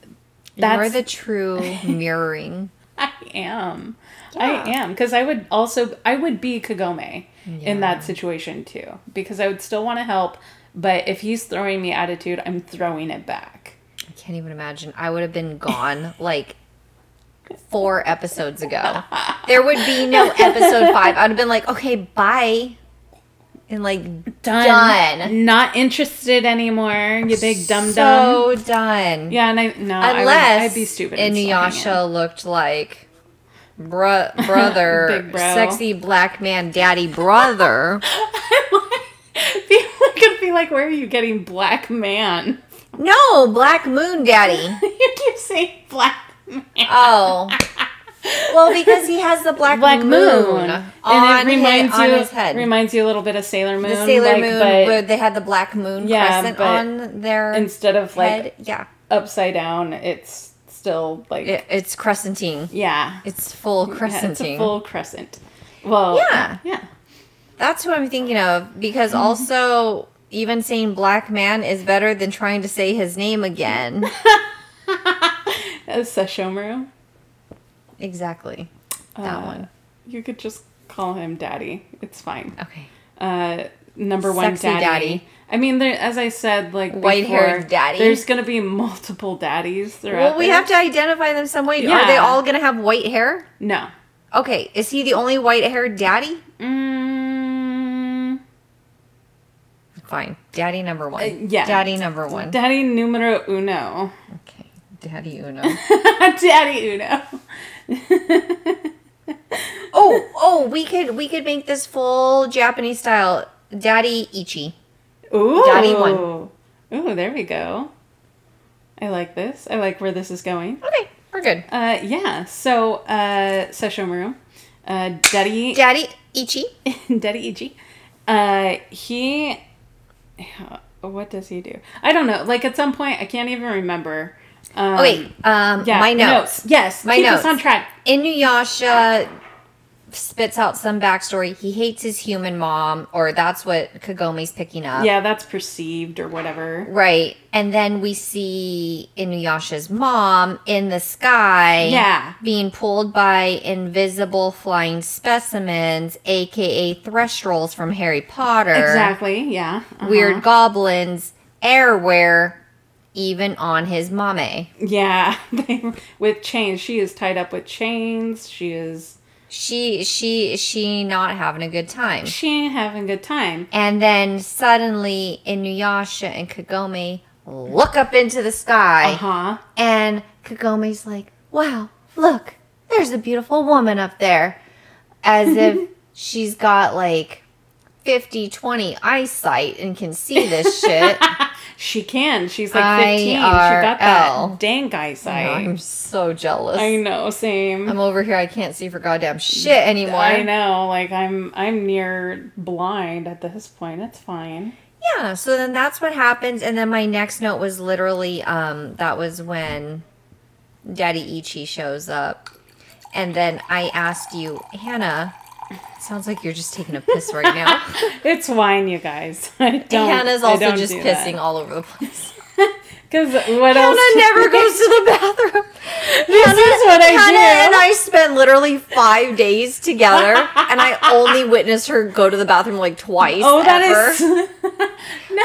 S1: You're
S2: that's
S1: the true mirroring.
S2: I am. I am because I would also I would be Kagome in that situation too because I would still want to help, but if he's throwing me attitude, I'm throwing it back.
S1: I can't even imagine. I would have been gone like four episodes ago. There would be no episode five. I'd have been like, okay, bye. And like
S2: Done.
S1: Done.
S2: Not interested anymore. You big dum dum.
S1: so done.
S2: yeah, and I no. I would,
S1: Unless
S2: I'd be stupid. and still hang out.
S1: Inuyasha looked like bro- brother,
S2: Big bro.
S1: sexy black man, daddy brother.
S2: people could be like, "Where are you getting black man?"
S1: no, black moon daddy.
S2: you keep saying black man.
S1: Oh. Well, because he has the black,
S2: Black Moon,
S1: on,
S2: and it reminds
S1: his,
S2: you
S1: on his head.
S2: reminds you a little bit of Sailor Moon,
S1: the Sailor
S2: like,
S1: Moon,
S2: but
S1: where they had the black moon
S2: Yeah,
S1: crescent
S2: but
S1: on their
S2: instead of like
S1: head. Yeah,
S2: upside down, it's still like
S1: it, it's crescenting.
S2: yeah,
S1: It's full
S2: Yeah, it's
S1: crescenting.
S2: a full crescent. Well,
S1: Yeah.
S2: yeah,
S1: That's what I'm thinking of because
S2: Mm-hmm.
S1: also even saying black man is better than trying to say his name again.
S2: Uh, Sesshomaru.
S1: exactly. That
S2: Uh,
S1: one.
S2: You could just call him Daddy. It's fine.
S1: Okay.
S2: Uh, number one,
S1: Sexy
S2: daddy.
S1: daddy.
S2: I mean, there, as I said, like
S1: White-haired
S2: before,
S1: daddy.
S2: There's gonna be multiple daddies throughout.
S1: Well, we
S2: this.
S1: have to identify them some way. Are they
S2: Yeah.
S1: all going to have white hair?
S2: no.
S1: Okay. Is he the only white haired daddy?
S2: Mm,
S1: Fine. Daddy number one.
S2: Uh, yeah.
S1: Daddy number one.
S2: daddy numero uno.
S1: okay. Daddy Uno.
S2: Daddy Uno.
S1: oh, oh, we could we could make this full Japanese style Daddy Ichi.
S2: Ooh.
S1: Daddy one.
S2: Ooh, there we go. I like this. I like where this is going.
S1: Okay, we're good.
S2: Uh, yeah. So, uh, Sesshomaru, uh, Daddy,
S1: Daddy Ichi.
S2: Um, Daddy Ichi, uh, he, what does he do? I don't know. Like at some point, I can't even remember. Um,
S1: Oh wait, um,
S2: yeah,
S1: my notes.
S2: Yes,
S1: My
S2: keep
S1: notes.
S2: us on track.
S1: Inuyasha spits out some backstory. He hates his human mom, or that's what Kagome's picking up.
S2: Yeah, that's perceived or whatever.
S1: Right. And then we see Inuyasha's mom in the sky.
S2: Yeah.
S1: Being pulled by invisible flying specimens, aka threstrolls from Harry Potter.
S2: Exactly. Yeah. uh-huh.
S1: Weird goblins, airware, even on his mame.
S2: Yeah. They- with chains, she is tied up with chains. She is.
S1: She she she not having a good time.
S2: She ain't having a good time.
S1: And then suddenly Inuyasha and Kagome look up into the sky.
S2: Uh huh.
S1: And Kagome's like, wow, look, there's a beautiful woman up there. As if she's got like 50 20 eyesight and can see this shit.
S2: She can. She's like 15. She got
S1: IRL.
S2: that dang eyesight.
S1: I'm so jealous.
S2: I know, same.
S1: I'm over here, I can't see for goddamn shit anymore.
S2: I know, like I'm I'm near blind at this point. It's fine.
S1: Yeah, so then that's what happens. And then my next note was literally um, that was when Daddy Ichi shows up. And then I asked you, Hannah, sounds like you're just taking a piss right now.
S2: It's wine, you guys. I don't.
S1: Hannah's also just pissing all over the place.
S2: Because what else?
S1: Hannah never goes to the bathroom.
S2: This is what I
S1: Hannah and
S2: do.
S1: I spent literally five days together, and I only witnessed her go to the bathroom like twice.
S2: oh, that
S1: ever.
S2: is.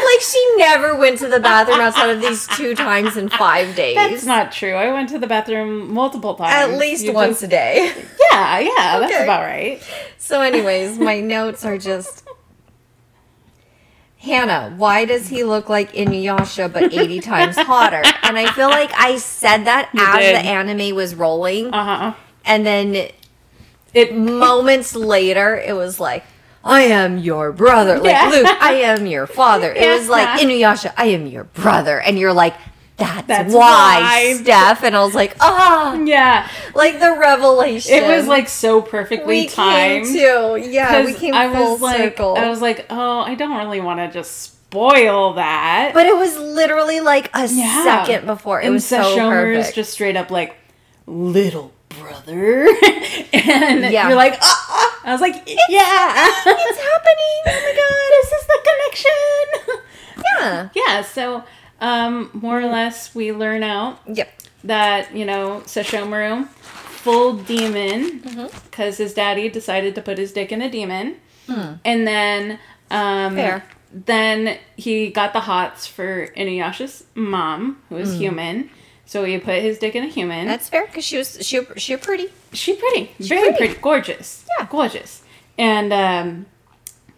S1: like she never went to the bathroom outside of these two times in five days.
S2: That's not true. I went to the bathroom multiple times.
S1: At least
S2: You
S1: once
S2: just-
S1: a day.
S2: yeah, yeah,
S1: Okay.
S2: that's about right.
S1: So, anyways, my notes are just. Hannah, why does he look like Inuyasha but 80 times hotter? And I feel like I said that as
S2: did.
S1: the anime was rolling.
S2: Uh huh.
S1: And then
S2: It
S1: moments later, it was like, I am your brother. Like,
S2: Yeah.
S1: Luke, I am your father. It was like,
S2: Yeah.
S1: Inuyasha, I am your brother. And you're like, that's,
S2: That's
S1: why,
S2: why.
S1: Steph. And I was like, ah,
S2: yeah.
S1: like the revelation.
S2: It was like so perfectly
S1: we
S2: timed.
S1: came too. Yeah, we
S2: 'Cause
S1: came
S2: I
S1: full
S2: was like,
S1: circle.
S2: I was like, oh, I don't really want to just spoil that.
S1: but it was literally like a second before. It
S2: and
S1: was so
S2: Sesshomaru's
S1: perfect.
S2: just straight up like, little brother, and
S1: Yeah.
S2: you're like, uh, uh. I was like, yeah,
S1: it's happening. Oh my god.
S2: this is the connection.
S1: Yeah.
S2: yeah. So, um, more
S1: Mm-hmm.
S2: or less, we learn out
S1: Yep.
S2: that you know Sesshomaru, full demon,
S1: Mm-hmm.
S2: because his daddy decided to put his dick in a demon, and then um,
S1: Mm. Fair.
S2: then he got the hots for Inuyasha's mom, who is human. So he put his dick in a human.
S1: Mm. That's fair because she was she she pretty.
S2: she pretty, very
S1: pretty.
S2: pretty. gorgeous.
S1: Yeah.
S2: gorgeous. And um,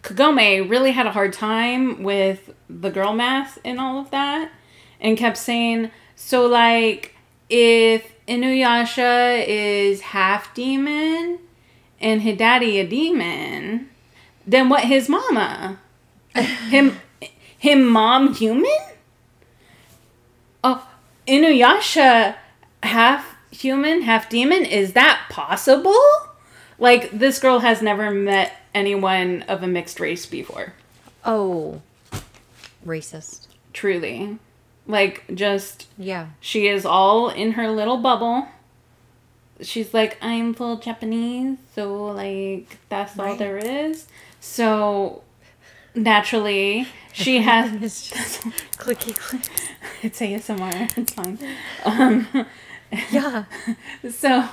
S2: Kagome really had a hard time with the girl math and all of that, and kept saying, "So like, if Inuyasha is half demon, and his daddy a demon, then what? His mama, him, him mom human? Oh, Inuyasha half human, half demon. Is that possible? Like this girl has never met anyone of a mixed race before.
S1: Oh, racist.
S2: Truly, like just
S1: Yeah.
S2: she is all in her little bubble. She's like, I'm full Japanese, so like that's all there is. So naturally, she has.
S1: Clicky click.
S2: it's ASMR. It's fine.
S1: Yeah.
S2: So,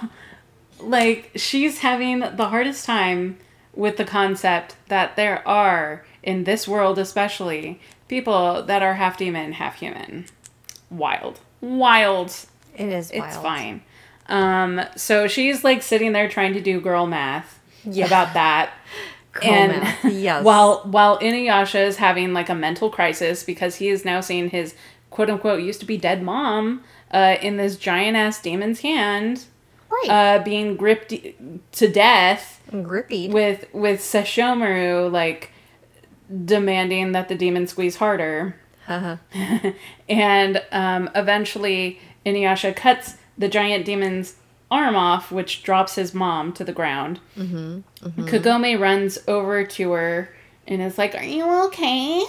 S2: like, she's having the hardest time with the concept that there are, in this world especially, people that are half demon, half human. Wild. Wild.
S1: It is wild.
S2: It's fine. Um, so she's like sitting there trying to do girl math
S1: Yeah.
S2: about that.
S1: Girl math, yes.
S2: While while Inuyasha is having like a mental crisis because he is now seeing his quote unquote used to be dead mom uh, in this giant ass demon's hand,
S1: Right.
S2: uh, being gripped to death
S3: grippy.
S2: with with Sesshomaru like demanding that the demon squeeze harder.
S3: Haha.
S2: And um, eventually, Inuyasha cuts the giant demon's arm off, which drops his mom to the ground. Kagome runs over to her and is like, Are you okay?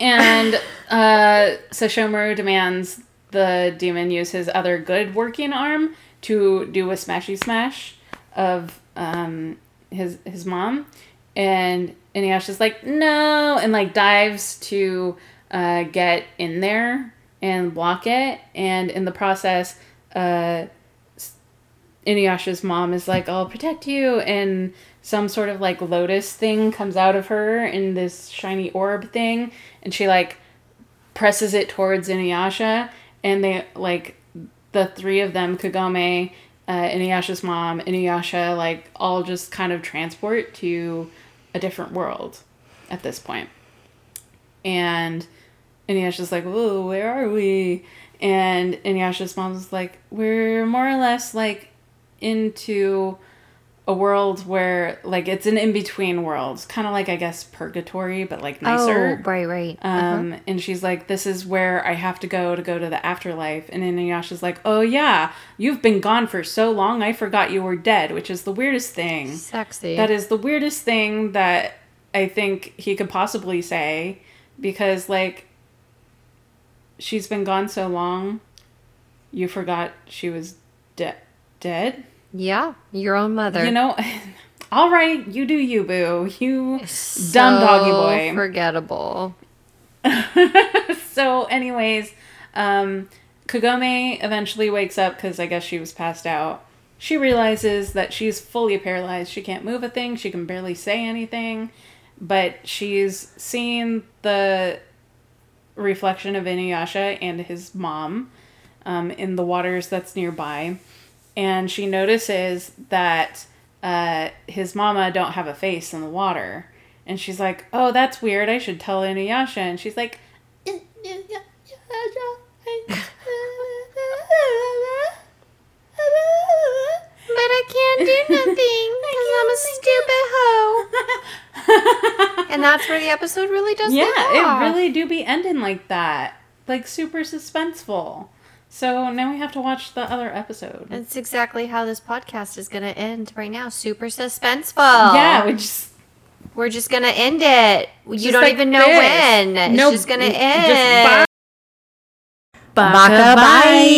S2: And uh, Sesshomaru demands the demon use his other good working arm to do a smashy smash of um, his his mom. And Inuyasha's like, No! And like dives to uh, get in there and block it. And in the process, uh, Inuyasha's mom is like, I'll protect you. And some sort of like lotus thing comes out of her in this shiny orb thing. And she like presses it towards Inuyasha. And they like, the three of them, Kagome, uh, Inuyasha's mom, Inuyasha, like all just kind of transport to a different world at this point. And Inuyasha's like, whoa, where are we? And Inuyasha's mom's like, we're more or less like into a world where like it's an in between world, kind of like I guess purgatory, but like nicer.
S1: Oh, right, right.
S2: Um, And she's like, This is where I have to go to go to the afterlife. And Inuyasha's like, Oh, yeah, you've been gone for so long, I forgot you were dead, which is the weirdest thing.
S3: Sexy.
S2: That is the weirdest thing that I think he could possibly say because, like, she's been gone so long, you forgot she was de- dead.
S3: yeah, your own mother.
S2: You know, all right, you do you, boo. You dumb doggy boy.
S3: So Forgettable.
S2: so anyways um kagome eventually wakes up because i guess she was passed out she realizes that she's fully paralyzed she can't move a thing she can barely say anything but she's seeing the reflection of inuyasha and his mom um, in the waters that's nearby and she notices that uh, his mama don't have a face in the water and she's like oh that's weird i should tell inuyasha and she's like
S3: But I can't do nothing because I'm a stupid hoe. And that's where the episode really does.
S2: yeah,
S3: leave
S2: it
S3: off.
S2: really do be ending like that. Like super suspenseful. So now we have to watch the other episode.
S3: That's exactly how this podcast is going to end right now. Super suspenseful.
S2: Yeah, we just
S3: We're just going to end it. You
S2: just
S3: don't
S2: like
S3: even know
S2: this.
S3: when. It's
S2: Nope.
S3: just going to
S2: Just
S3: end.
S2: bye.
S1: Baka bye.